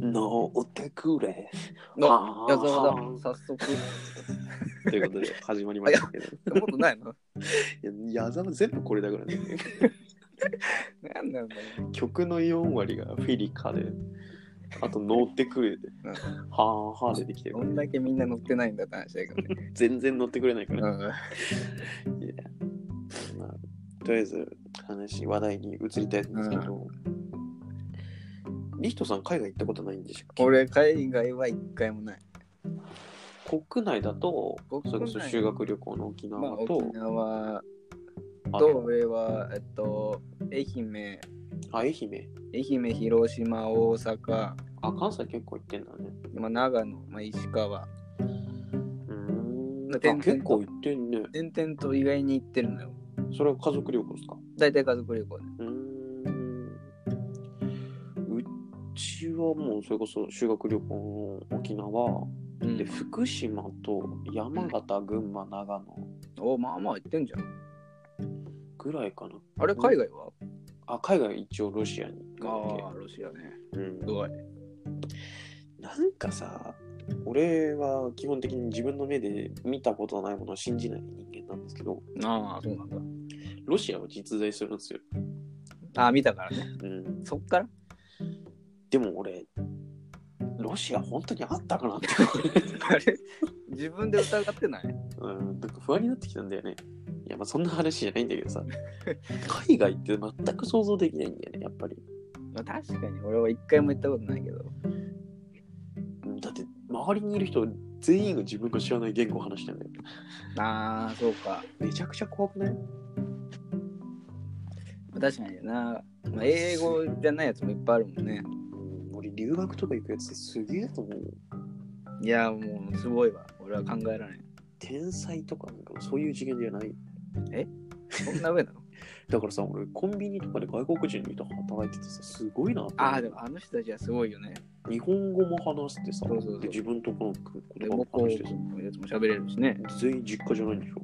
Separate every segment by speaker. Speaker 1: 乗ってくれ。
Speaker 2: の
Speaker 1: あー
Speaker 2: 矢沢だ。早速。
Speaker 1: ということで、始まりましたけど。
Speaker 2: そんなことないの
Speaker 1: いや、矢沢全部これだからね。
Speaker 2: なんなんだよ。
Speaker 1: 曲の4割がフィリカで、あと乗ってくれで
Speaker 2: うん、
Speaker 1: はーはー出てきてる
Speaker 2: どんだけみんな乗ってないんだって話だけどね。
Speaker 1: 全然乗ってくれないから。
Speaker 2: うん
Speaker 1: まあ、とりあえず、話、話題に移りたいんですけど、リヒトさん、海外行ったことないんでしょ
Speaker 2: 俺、海外は一回もない。
Speaker 1: 国内だと、
Speaker 2: 国内
Speaker 1: それこそ修学旅行の沖
Speaker 2: まあ、
Speaker 1: 縄と
Speaker 2: 沖、縄
Speaker 1: あ
Speaker 2: と、俺は、えっと、愛媛、
Speaker 1: あ愛媛。
Speaker 2: 愛媛、広島、大阪、
Speaker 1: あ、関西結構行ってんだね。
Speaker 2: まあ、長野、まあ、石川。
Speaker 1: うーん。あ
Speaker 2: 転々と
Speaker 1: 結構行ってんね。
Speaker 2: 点々と意外に行ってるのよ。
Speaker 1: それは家族旅行ですか
Speaker 2: 大体家族旅行で。
Speaker 1: うーん。うちはもうそれこそ修学旅行の沖縄
Speaker 2: うん
Speaker 1: で福島と山形、群馬、長野
Speaker 2: おまあまあ行ってんじゃん。
Speaker 1: ぐらいかな。
Speaker 2: あれ、海外は
Speaker 1: あ、海外一応ロシアに行っ
Speaker 2: ああ、ロシアね。
Speaker 1: て。うん
Speaker 2: すごい。
Speaker 1: なんかさ、俺は基本的に自分の目で見たことないものを信じない人間なんですけど、
Speaker 2: ああ、そうなんだ。
Speaker 1: ロシアは実在するんですよ。
Speaker 2: ああ、見たからね。
Speaker 1: うん、
Speaker 2: そっから
Speaker 1: でも俺、ロシア本当にあったかなって、
Speaker 2: あれ自分で疑ってない
Speaker 1: うん、なんか不安になってきたんだよね。いや、まあそんな話じゃないんだけどさ、海外って全く想像できないんだよね、やっぱり。
Speaker 2: まあ確かに俺は一回も行ったことないけど。
Speaker 1: だって、周りにいる人全員が自分が知らない言語を話してんだよ。
Speaker 2: ああ、そうか。
Speaker 1: めちゃくちゃ怖くない
Speaker 2: 確かにな。まあ、英語じゃないやつもいっぱいあるもんね。
Speaker 1: うん、俺留学とか行くやつすげえと思う。
Speaker 2: いや、もうすごいわ。俺は考えられない。
Speaker 1: 天才とかなんかそういう次元じゃない。
Speaker 2: そんな上な の
Speaker 1: だからさ、俺コンビニとかで外国人の人働いててさ、すごいなって思う
Speaker 2: ああ、でもあの人たちはすごいよね。
Speaker 1: 日本語も話してさ、
Speaker 2: そうそうそう
Speaker 1: で自分とこのこと
Speaker 2: で、
Speaker 1: も
Speaker 2: 僕の
Speaker 1: 話し
Speaker 2: や
Speaker 1: てさ、
Speaker 2: つも喋れるしね。
Speaker 1: 全員実家じゃないんでしょ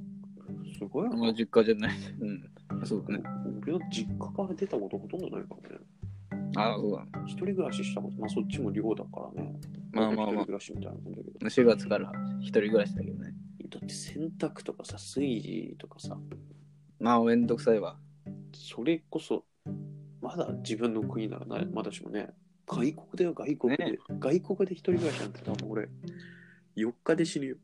Speaker 1: すごいな。
Speaker 2: まあ、実家じゃない。うん。そうだね。
Speaker 1: 俺は実家から出たことほとんどないからね。
Speaker 2: ああ、そうだね。
Speaker 1: 一人暮らししたこと、まあそっちも寮だからね。
Speaker 2: まあまあ
Speaker 1: 一
Speaker 2: ま
Speaker 1: 人
Speaker 2: あ。
Speaker 1: 暮らしみたいなもんだけど。
Speaker 2: 4月から一人暮らしだけどね。
Speaker 1: だって洗濯とかさ、炊事とかさ、
Speaker 2: まあ、めんどくさいわ。
Speaker 1: それこそ、まだ自分の国ならなまだしもね、外国だよ、外国で。
Speaker 2: ね
Speaker 1: 外国で一人暮らしなんて多分俺、4日で死ぬよ。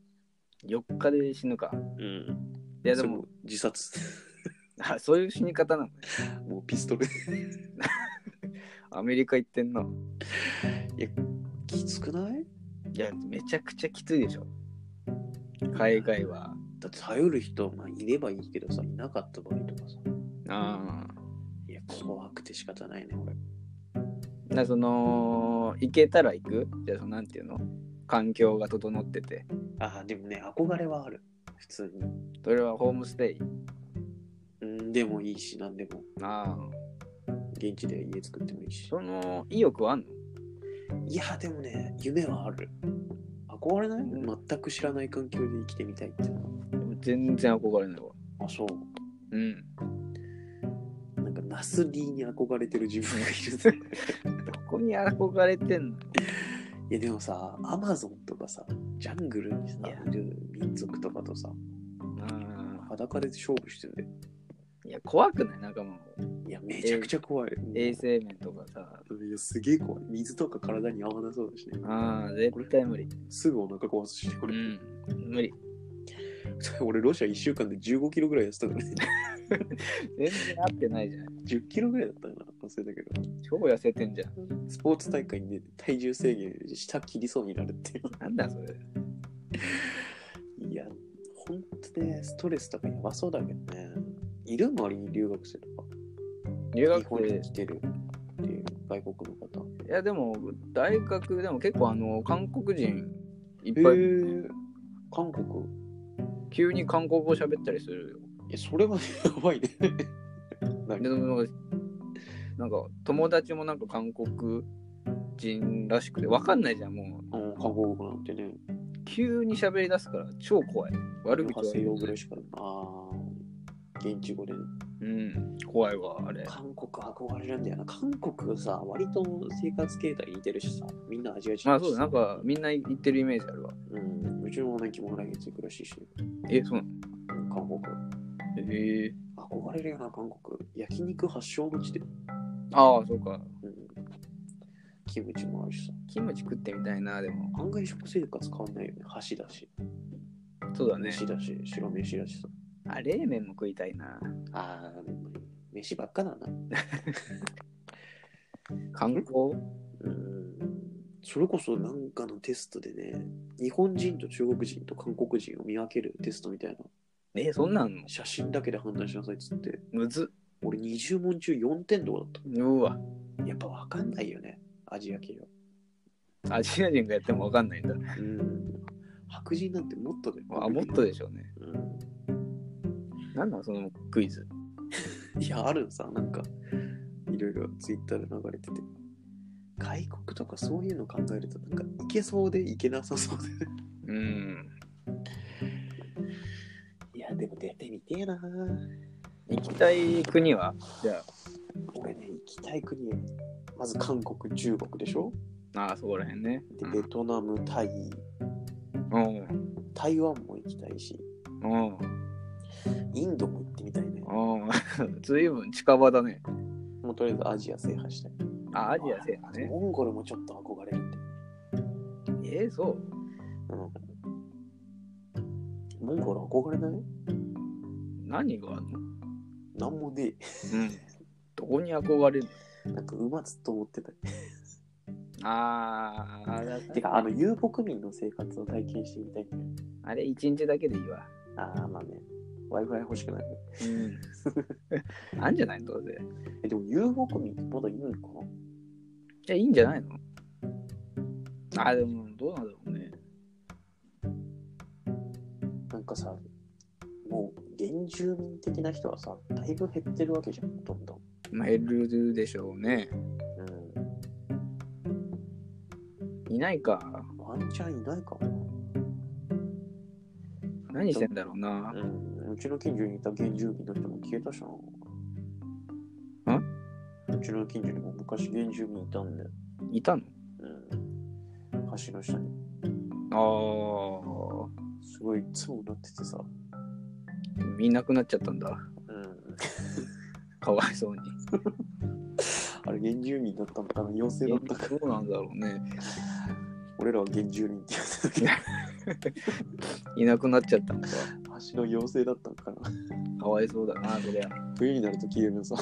Speaker 2: 4日で死ぬか。
Speaker 1: うん。
Speaker 2: いや、でも、
Speaker 1: 自殺。
Speaker 2: あ そういう死に方なのね。
Speaker 1: もうピストル。
Speaker 2: アメリカ行ってんな。
Speaker 1: きつくない
Speaker 2: いや、めちゃくちゃきついでしょ。海外は。
Speaker 1: だって頼る人、まあ、いればいいけどさ、いなかった場合とかさ。
Speaker 2: あ
Speaker 1: いや、怖くて仕方ないね、俺。
Speaker 2: あ。な、その、行けたら行くじゃあ、その、なんていうの環境が整ってて。
Speaker 1: ああ、でもね、憧れはある。普通に。
Speaker 2: それはホームステイ。
Speaker 1: うん、でもいいし、なんでも。
Speaker 2: ああ。
Speaker 1: 現地で家作ってもいいし。
Speaker 2: その、意欲はあんの
Speaker 1: いや、でもね、夢はある。憧れない全く知らない環境で生きてみたいっていうのは。
Speaker 2: 全然憧れないわ。
Speaker 1: あ、そう。
Speaker 2: うん。
Speaker 1: なんか、ナスリーに憧れてる自分がいる。
Speaker 2: どこに憧れてんの
Speaker 1: いや、でもさ、アマゾンとかさ、ジャングルにさ、
Speaker 2: いや
Speaker 1: いる民族とかとさ、
Speaker 2: あ
Speaker 1: 裸で勝負してるね。
Speaker 2: あ。いや、怖くないなんかもう、
Speaker 1: いや、めちゃくちゃ怖い。
Speaker 2: 衛生面とかさ。
Speaker 1: いや、すげえ怖い。水とか体に合わなそうだしね。
Speaker 2: ああ、絶対無理。
Speaker 1: すぐお腹壊すし、こ
Speaker 2: う
Speaker 1: れ。
Speaker 2: ん。無理。
Speaker 1: 俺、ロシア1週間で15キロぐらい痩せた からね。
Speaker 2: 全然合ってないじゃない。
Speaker 1: 10キロぐらいだったかな、忘れたけど。
Speaker 2: 超痩せてんじゃん。
Speaker 1: スポーツ大会に出て体重制限した切りそうになるってい
Speaker 2: なんだそれ。
Speaker 1: う。い や、ほんとね、ストレスとかやばそうだけどね。いる周りに留学生とか。
Speaker 2: 留
Speaker 1: 日
Speaker 2: 学
Speaker 1: 本
Speaker 2: 生
Speaker 1: に来てるっていう外国の方。
Speaker 2: いやでも大学でも結構あの韓国人いっぱ
Speaker 1: へ
Speaker 2: い、
Speaker 1: え。韓国。
Speaker 2: 急に韓国語喋ったりするよ
Speaker 1: え、それはね、やばいね。
Speaker 2: ででもなんか友達もなんか韓国人らしくてわかんないじゃんもう
Speaker 1: うん韓国語なんてね。
Speaker 2: 急に喋り出すから超怖い悪口
Speaker 1: 発声
Speaker 2: は
Speaker 1: 用ぐらいしか。ああ。現地語でね。
Speaker 2: うん怖いわ、あれ。
Speaker 1: 韓国憧れるんだよな。韓国さ、割と生活形態似てるしさ、みんなアジア人
Speaker 2: まあそうだ、なんかみんな行ってるイメージあるわ。
Speaker 1: うん、うちの姉貴も来月行くらしいし、
Speaker 2: え、そうなの
Speaker 1: 韓国。
Speaker 2: ええ
Speaker 1: 憧れるよな、韓国。焼肉発祥の地で。
Speaker 2: ああ、そうか。
Speaker 1: うん。キムチもあるしさ。
Speaker 2: キムチ食ってみたいな、でも。
Speaker 1: 案外食生活変わんないよね。箸だし、
Speaker 2: そうだね。
Speaker 1: 飯だし、白飯だしさ。
Speaker 2: あ、冷麺も食いたいな。
Speaker 1: あー、飯ばっかだな。
Speaker 2: 観光
Speaker 1: うんそれこそなんかのテストでね、日本人と中国人と韓国人を見分けるテストみたいな、
Speaker 2: え、そんなんあんの
Speaker 1: 写真だけで判断しなさいっつって、
Speaker 2: むず
Speaker 1: 俺20問中4点とかだっ
Speaker 2: っ。うわ。
Speaker 1: た。やっぱわかんないよね、アジア系は。
Speaker 2: アジア人がやってもわかんないんだ。
Speaker 1: うん。白人なんてもっとで。
Speaker 2: あ、もっとでしょうね。
Speaker 1: う
Speaker 2: なんなんそのクイズ。
Speaker 1: ん。いや、あるさ、なんか、いろいろツイッターで流れてて。外国とかそういうの考えると、なんか、いけそうでいけなさそうで。
Speaker 2: うん。
Speaker 1: いや、でも出てみてえな
Speaker 2: 行きたい国はじゃ
Speaker 1: 俺ね、行きたい国、まず韓国、中国でしょ
Speaker 2: あ、ああ、そこらへんね。
Speaker 1: で、ベトナム、タイ、
Speaker 2: うん。
Speaker 1: 台湾も行きたいし、
Speaker 2: うん。
Speaker 1: インドも行ってみたいね。
Speaker 2: うん。ずいぶん近場だね。
Speaker 1: もうとりあえずアジア制覇したい。
Speaker 2: あ、アジア制覇ね。
Speaker 1: モンゴルもちょっと憧れるって。
Speaker 2: えー、そう。
Speaker 1: うん、モンゴル憧れない
Speaker 2: 何があんの
Speaker 1: なんもね
Speaker 2: うん。どこに憧れる
Speaker 1: え。 なんか馬ずっと思ってた。
Speaker 2: のああ、だって
Speaker 1: てか、あの遊牧民の生活を体験してみたいんだよ。
Speaker 2: あれ一日だけでいいわ。
Speaker 1: ああ、まあね。Wi-Fi 欲しくないね。
Speaker 2: うん。あんじゃないのどうせ。
Speaker 1: え、でも遊牧民ってまだいるのかな
Speaker 2: じゃあいいんじゃないのあ、でもどうなんだろうね。
Speaker 1: なんかさ、もう原住民的な人はさ、だいぶ減ってるわけじゃん、どんどん。
Speaker 2: まあ、減るでしょうね。
Speaker 1: う
Speaker 2: いないか。
Speaker 1: ん。ワンチャンいないかも。
Speaker 2: 何してんだろうな。
Speaker 1: うん。うちの近所にいた原住民の人も消えたしな。
Speaker 2: ん
Speaker 1: うちの近所にも昔原住民いたんだよ。
Speaker 2: いたの
Speaker 1: うん。橋の下に。
Speaker 2: あ
Speaker 1: すごい、いつもなっててさ。
Speaker 2: あ。いなくなっちゃったんだ。
Speaker 1: うん。
Speaker 2: かわいそうに。
Speaker 1: あれ、原住民だったのかな妖精だったか。
Speaker 2: どうなんだろうね。
Speaker 1: 俺らは原住民って言ってたけど、
Speaker 2: いなくなっちゃったのか。
Speaker 1: 橋の妖精だったのか な。
Speaker 2: かわいそうだな、そりゃ。
Speaker 1: 冬になると消える のさ。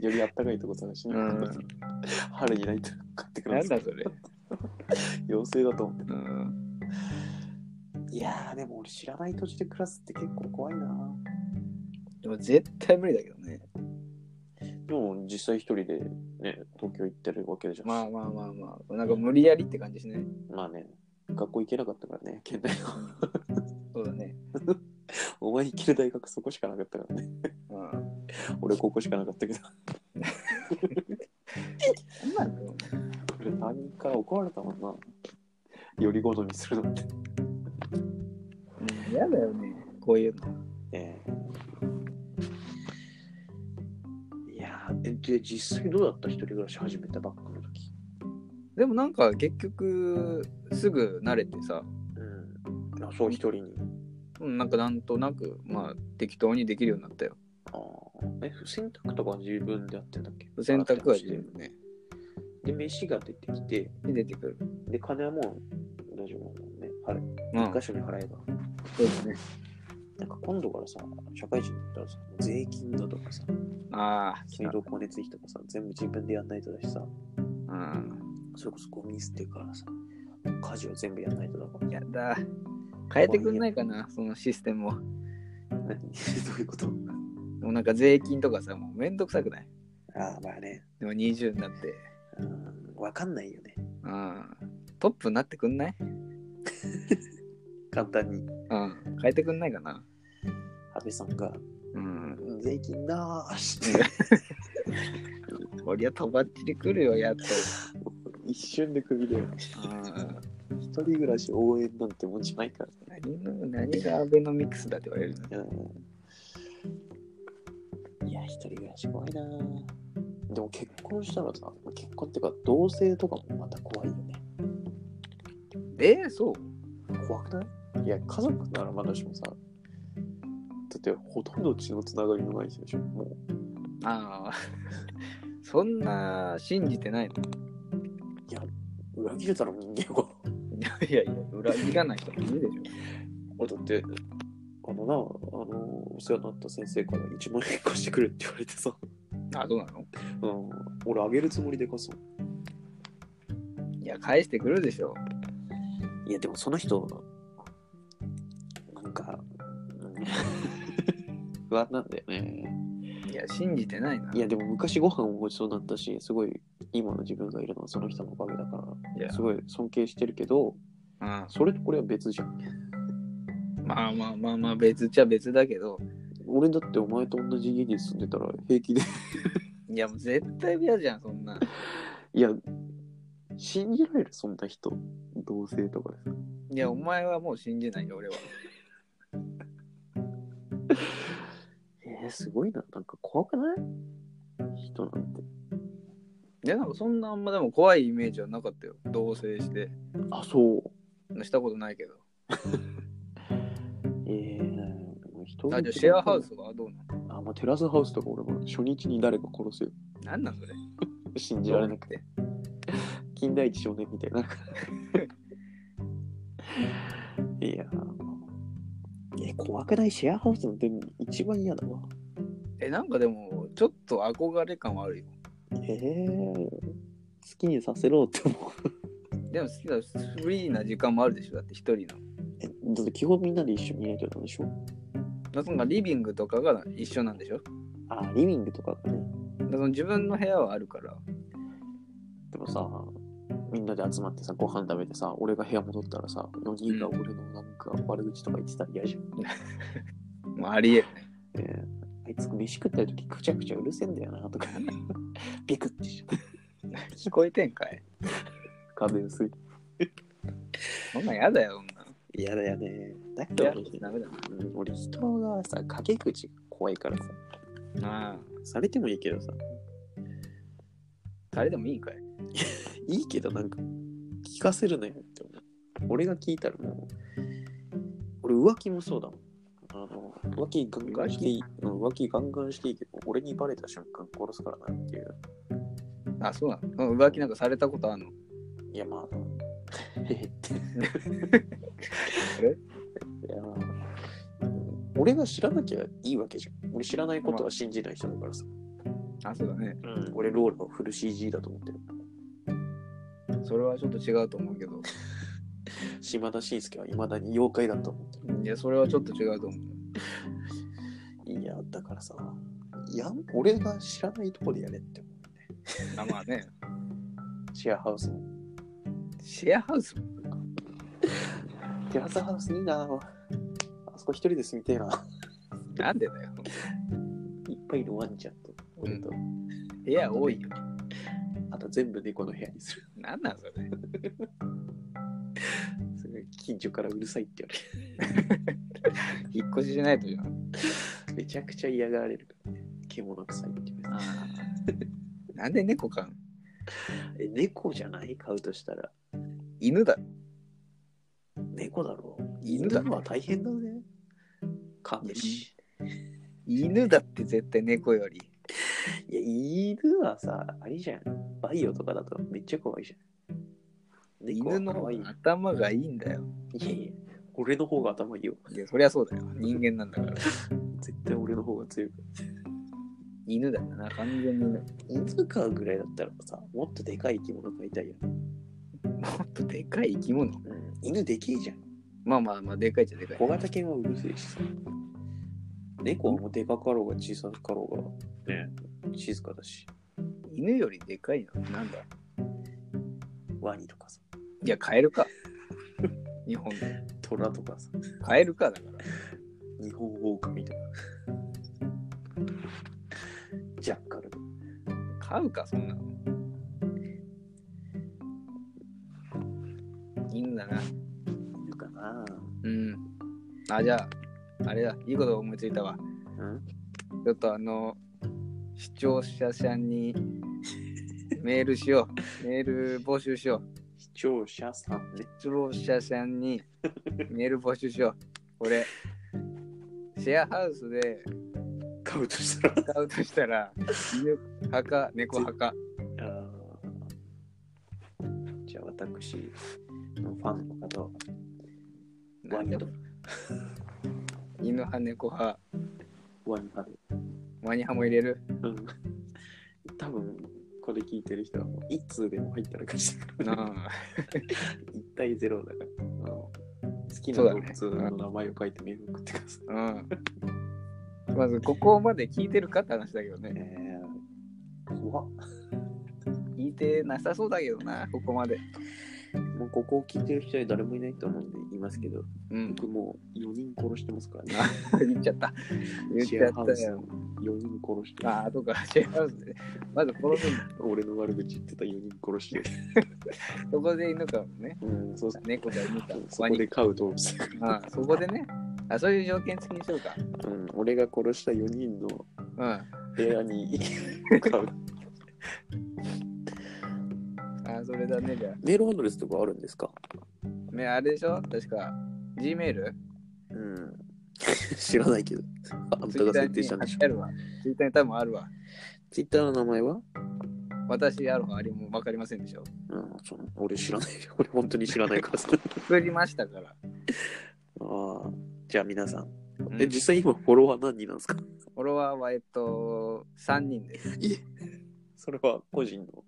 Speaker 1: よりあったかいとこ探しながら
Speaker 2: うん
Speaker 1: 春にないと買ってく
Speaker 2: な
Speaker 1: る
Speaker 2: んだそれ。
Speaker 1: 妖精だと思って
Speaker 2: うん。
Speaker 1: いやーでも俺知らない土地で暮らすって結構怖いな
Speaker 2: でも絶対無理だけどね。
Speaker 1: でも実際一人でね東京行ってるわけじゃん
Speaker 2: まあまあまあまあ。なんか無理やりって感じしない。
Speaker 1: まあね学校行けなかったからね県内の
Speaker 2: そうだね。
Speaker 1: お前行ける大学そこしかなかったからね
Speaker 2: うん。
Speaker 1: 俺ここしかなかったけど
Speaker 2: 今だろうね
Speaker 1: 俺担任から怒られたもんなより好みするのって
Speaker 2: うん嫌だよね。こういうの。
Speaker 1: ねいやーえで実際どうだった一人暮らし始めたばっかの時
Speaker 2: でもなんか結局、すぐ慣れてさ、
Speaker 1: うんあそう一人に
Speaker 2: うんなんかなんとなく、まあ適当にできるようになったよ。
Speaker 1: ああ。え、洗濯とかは自分でやってんだっけ
Speaker 2: 洗濯は自由ね。
Speaker 1: で、飯が出てきて、
Speaker 2: で出てくる。
Speaker 1: で、金はもう大丈夫だもんね。払
Speaker 2: うん。
Speaker 1: え、一箇所に払えば。
Speaker 2: そうだね。
Speaker 1: なんか今度からさ、社会人だったらさ、税金だとかさ、
Speaker 2: ああ、
Speaker 1: 水道光熱費とかさ、全部自分でやんないとだしさ、
Speaker 2: うん。
Speaker 1: それこそゴミ捨てからさ、家事を全部やんないとだから。
Speaker 2: やだ。変えてくんないかな、そのシステムを。
Speaker 1: 何 どういうこと
Speaker 2: もうなんか税金とかさ、もうめんどくさくない
Speaker 1: ああ、まあね。
Speaker 2: でも20になって。
Speaker 1: うん、わかんないよね。
Speaker 2: うん。トップになってくんない
Speaker 1: 簡単に。
Speaker 2: うん。変えてくんないかな
Speaker 1: 安倍さんが、
Speaker 2: うん。
Speaker 1: 税金なーしって。
Speaker 2: こりゃとばっちり来るよ、やっと。
Speaker 1: 一瞬で首だよ。
Speaker 2: うん。
Speaker 1: 一人暮らし応援なんてもんじゃないから。
Speaker 2: 何の、何がアベノミクスだって言われるの
Speaker 1: いや、いやい一人暮らし怖いなでも結婚したらさ、結婚っていうか同棲とかもまた怖いよね。
Speaker 2: えー、そう
Speaker 1: 怖くないいや、家族ならまだしもさ、だってほとんど血のつながりのない人でしょ、もう。
Speaker 2: ああ、 そんな信じてないの
Speaker 1: 裏切れたら人間が。
Speaker 2: いやいやいや、裏切らない人もいるでし
Speaker 1: あ だって、あのな、あの、お世話になった先生から1万円貸してくれって言われてさ、
Speaker 2: ょ。あ、どうなの
Speaker 1: うん、俺あげるつもりで貸そう。
Speaker 2: いや、返してくるでしょ。
Speaker 1: いや、でもその人、なんか、うん 不安なんだよね。
Speaker 2: いや、信じてないな。
Speaker 1: いや、でも昔ご飯をごちそうになったし、すごい今の自分がいるのはその人のおかげだか
Speaker 2: いや
Speaker 1: ら、すごい尊敬してるけど、
Speaker 2: うん、
Speaker 1: それとこれは別じゃん。
Speaker 2: まあまあまあまあ、別っちゃ別だけど、
Speaker 1: 俺だってお前と同じ家に住んでたら平気で。
Speaker 2: いや、もう絶対嫌じゃん、そんな。
Speaker 1: いや、信じられるそんな人。同性とかでさ。
Speaker 2: いや、お前はもう信じないよ、俺は。
Speaker 1: えー、すごいな。なんか怖くない人なんて。
Speaker 2: いや、なんかそんなあんまでも怖いイメージはなかったよ。同棲して。
Speaker 1: あ、そう。
Speaker 2: したことないけど。
Speaker 1: えー、もう人
Speaker 2: あ、じゃあシェアハウスはどうなの
Speaker 1: あ、もうテラスハウスとか俺も初日に誰か殺すよ。
Speaker 2: なんなんそれ
Speaker 1: 信じられなくて。金田一少年みたい な。いやー。え、怖くないシェアハウスのでも一番嫌だわ。
Speaker 2: え、なんかでも、ちょっと憧れ感はあるよ。
Speaker 1: えー、好きにさせろって思う。
Speaker 2: でも好きだ、フリーな時間もあるでしょ、だって一人の。
Speaker 1: え、だって基本みんなで一緒にいないとダメでしょ
Speaker 2: だからリビングとかが一緒なんでしょだか
Speaker 1: あ、リビングとかがね。
Speaker 2: らその自分の部屋はあるから。
Speaker 1: でもさ、みんなで集まってさ、ご飯食べてさ、俺が部屋戻ったらさ、4人が俺のなんか悪口とか言ってたら嫌じゃん。
Speaker 2: まあ、ありえない。
Speaker 1: ねあいつ飯食ってる時くちゃくちゃうるせえんだよなとか ビクッてしちゃう
Speaker 2: 聞こえてんかい。
Speaker 1: 壁薄い
Speaker 2: そんなんやだよ、そんなん。
Speaker 1: 嫌だよねだけ
Speaker 2: い
Speaker 1: ど
Speaker 2: や
Speaker 1: 俺,、
Speaker 2: ダメだな
Speaker 1: うん、俺人がさ陰口が怖いからさ。
Speaker 2: ああ、
Speaker 1: されてもいいけどさ
Speaker 2: 誰でもいいんかい。
Speaker 1: いいけどなんか聞かせるのよって思う俺が聞いたらもう俺浮気もそうだもんあの浮気ガンガンしていいうん浮気ガンガンしていいけど俺にバレた瞬間殺すからなっていう
Speaker 2: あ、そうなのうん浮気なんかされたことあんの
Speaker 1: いやまあ、え へって。
Speaker 2: れ
Speaker 1: いやまあ俺が知らなきゃいいわけじゃん。俺知らないことは信じない人だからさ。
Speaker 2: あ、そうだね。
Speaker 1: 俺ロールはフル CG だと思ってる。
Speaker 2: それはちょっと違うと思うけど。
Speaker 1: 島田紳介はいまだに妖怪だと思って
Speaker 2: いや、それはちょっと違うと思う。
Speaker 1: る。いや、だからさ、やん俺が知らないとこでやれって思
Speaker 2: あまあね、
Speaker 1: う。シェアハウスも。
Speaker 2: シェアハウスも
Speaker 1: テラスハウスいいなあそこ一人で住みてえな。
Speaker 2: なんでだよ。
Speaker 1: いっぱいいるワンちゃんと。俺と。
Speaker 2: 部屋多いよ。
Speaker 1: あと全部猫の部屋にする。
Speaker 2: なんなんそれ。
Speaker 1: それ近所からうるさいって言われる
Speaker 2: 引っ越ししないとじゃん。
Speaker 1: めちゃくちゃ嫌がられるからね。獣臭いって言わ
Speaker 2: あーなんで猫かん
Speaker 1: れてえ猫じゃない飼うとしたら。
Speaker 2: 犬だ。
Speaker 1: 猫だろう。
Speaker 2: 犬
Speaker 1: 犬
Speaker 2: だ
Speaker 1: だは大変だね。噛むし。
Speaker 2: 犬だって絶対猫より。
Speaker 1: いや、犬はさ、あれじゃん。バイオとかだとめっちゃ怖いじゃん。猫
Speaker 2: 犬
Speaker 1: は
Speaker 2: の
Speaker 1: 可愛い。
Speaker 2: 頭がいいんだよ。
Speaker 1: いやいや、俺の方が頭いいよ。
Speaker 2: いや、そりゃそうだよ。人間なんだから。
Speaker 1: 絶対俺の方が強いから。
Speaker 2: 犬だよな、完全に犬。も
Speaker 1: 犬飼うぐらいだったらさ、もっとでかい生き物飼いたいよ。
Speaker 2: っとでかい生き物。
Speaker 1: うん、犬でけえじゃん。
Speaker 2: まあまあまあ、でかいっちゃでかい
Speaker 1: 小。型犬はうるせえしさ。猫はもうでかかろうが小さかろうが、ね、静かだし、
Speaker 2: 犬よりでかいのなんだ
Speaker 1: ワニとかさ、
Speaker 2: いや、カエルか。日本で。
Speaker 1: トラとかさ、
Speaker 2: カエルかだから。
Speaker 1: 日本狼とか。ジャッカル。
Speaker 2: 飼うか、そんなの。犬だな。
Speaker 1: いるかな
Speaker 2: うん。あ、じゃあ、あれだ、いいこと思いついたわ。
Speaker 1: うん
Speaker 2: ちょっとあの、視聴者さんにメールしよう。メール募集しよう。
Speaker 1: 視聴者さんね。
Speaker 2: 視聴者さんにメール募集しよう。俺、シェアハウスで
Speaker 1: 買うとしたら。
Speaker 2: 買うとしたら、犬派か猫派か。
Speaker 1: あーじゃあ私のファンの方はワニ
Speaker 2: なんでも犬派、猫派、
Speaker 1: ワニ派で。
Speaker 2: ワニ派も入れる。
Speaker 1: うん。多分これ聞いてる人はもう一通でも入ったら勝ちだから
Speaker 2: な
Speaker 1: ね。
Speaker 2: あ
Speaker 1: 一対ゼロだから。うん好きな
Speaker 2: そうだ
Speaker 1: 動
Speaker 2: ね
Speaker 1: 物の名前を書いてメール送ってください。
Speaker 2: うん。まず、ここまで聞いてるかって話だけどね。
Speaker 1: えー、怖っ
Speaker 2: 聞いてなさそうだけどな、ここまで。
Speaker 1: もうここを聞いてる人は誰もいないと思うんで言いますけど、
Speaker 2: うん。
Speaker 1: 僕もう4人殺してますからね。
Speaker 2: 言っちゃった。 言っ
Speaker 1: シ
Speaker 2: ち
Speaker 1: ェ
Speaker 2: ゃ
Speaker 1: アハ
Speaker 2: っ
Speaker 1: ウ
Speaker 2: た
Speaker 1: ス
Speaker 2: よ。
Speaker 1: 4人殺してる
Speaker 2: ああ、そうか、シェアハウスで。まず殺すんだ。
Speaker 1: 俺の悪口言ってた4人殺 してる。
Speaker 2: そこで犬かもね。
Speaker 1: うん、そうそう
Speaker 2: 猫だ、犬か。
Speaker 1: そ
Speaker 2: ワ
Speaker 1: こ
Speaker 2: ニ
Speaker 1: で飼う動物。
Speaker 2: ああそこでね。あ、そういう条件付きにしようか。
Speaker 1: うん、俺が殺した4人の
Speaker 2: うん。
Speaker 1: 部屋 に飼う。
Speaker 2: ああ、それだね、じゃあ。
Speaker 1: メールアドレスとかあるんですか
Speaker 2: ね、あれでしょ確か。Gmail?
Speaker 1: うん。知らないけど。あんたが設定したんでしょ。
Speaker 2: あるわ。ツイッターに多分あるわ。
Speaker 1: ツイッターの名前は
Speaker 2: 私、アロハありも分かりませんでしょ。
Speaker 1: うん、その俺知らない。 俺本当に知らない からさ。
Speaker 2: 作りましたから。
Speaker 1: ああ、じゃあ皆さん。
Speaker 2: うん
Speaker 1: え、実際今フォロワー何人なんですか
Speaker 2: フォロワーは、えっと、3人です。
Speaker 1: えそれは個人の。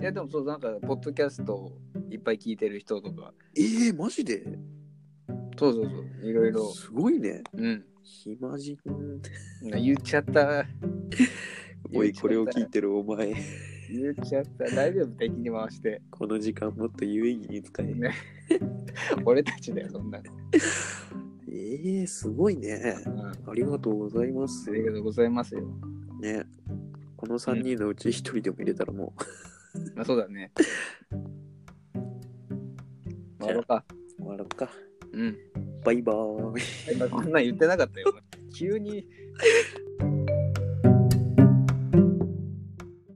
Speaker 2: いや、でもそう、なんか、ポッドキャストをいっぱい聞いてる人とか、
Speaker 1: ええマジで
Speaker 2: そうそうそう、いろいろ、
Speaker 1: すごいね。
Speaker 2: うん。
Speaker 1: 暇人。
Speaker 2: 言っちゃ った。
Speaker 1: おい、これを聞いてるお前。
Speaker 2: 言っちゃった。大丈夫、敵に回して。
Speaker 1: この時間もっと有意義に使え。
Speaker 2: ね、俺たちだよ、そんなの。
Speaker 1: ええすごいね。
Speaker 2: うん、あ
Speaker 1: ありがとうございます。
Speaker 2: りがとうございますよ。
Speaker 1: ね。この3人のうち1人でも入れたらも
Speaker 2: まあ、そうだね。
Speaker 1: じゃあ
Speaker 2: 終わろうか。
Speaker 1: う終わろうか。
Speaker 2: うん。
Speaker 1: バイバーイ。
Speaker 2: 今こんなん言ってなかったよ。急に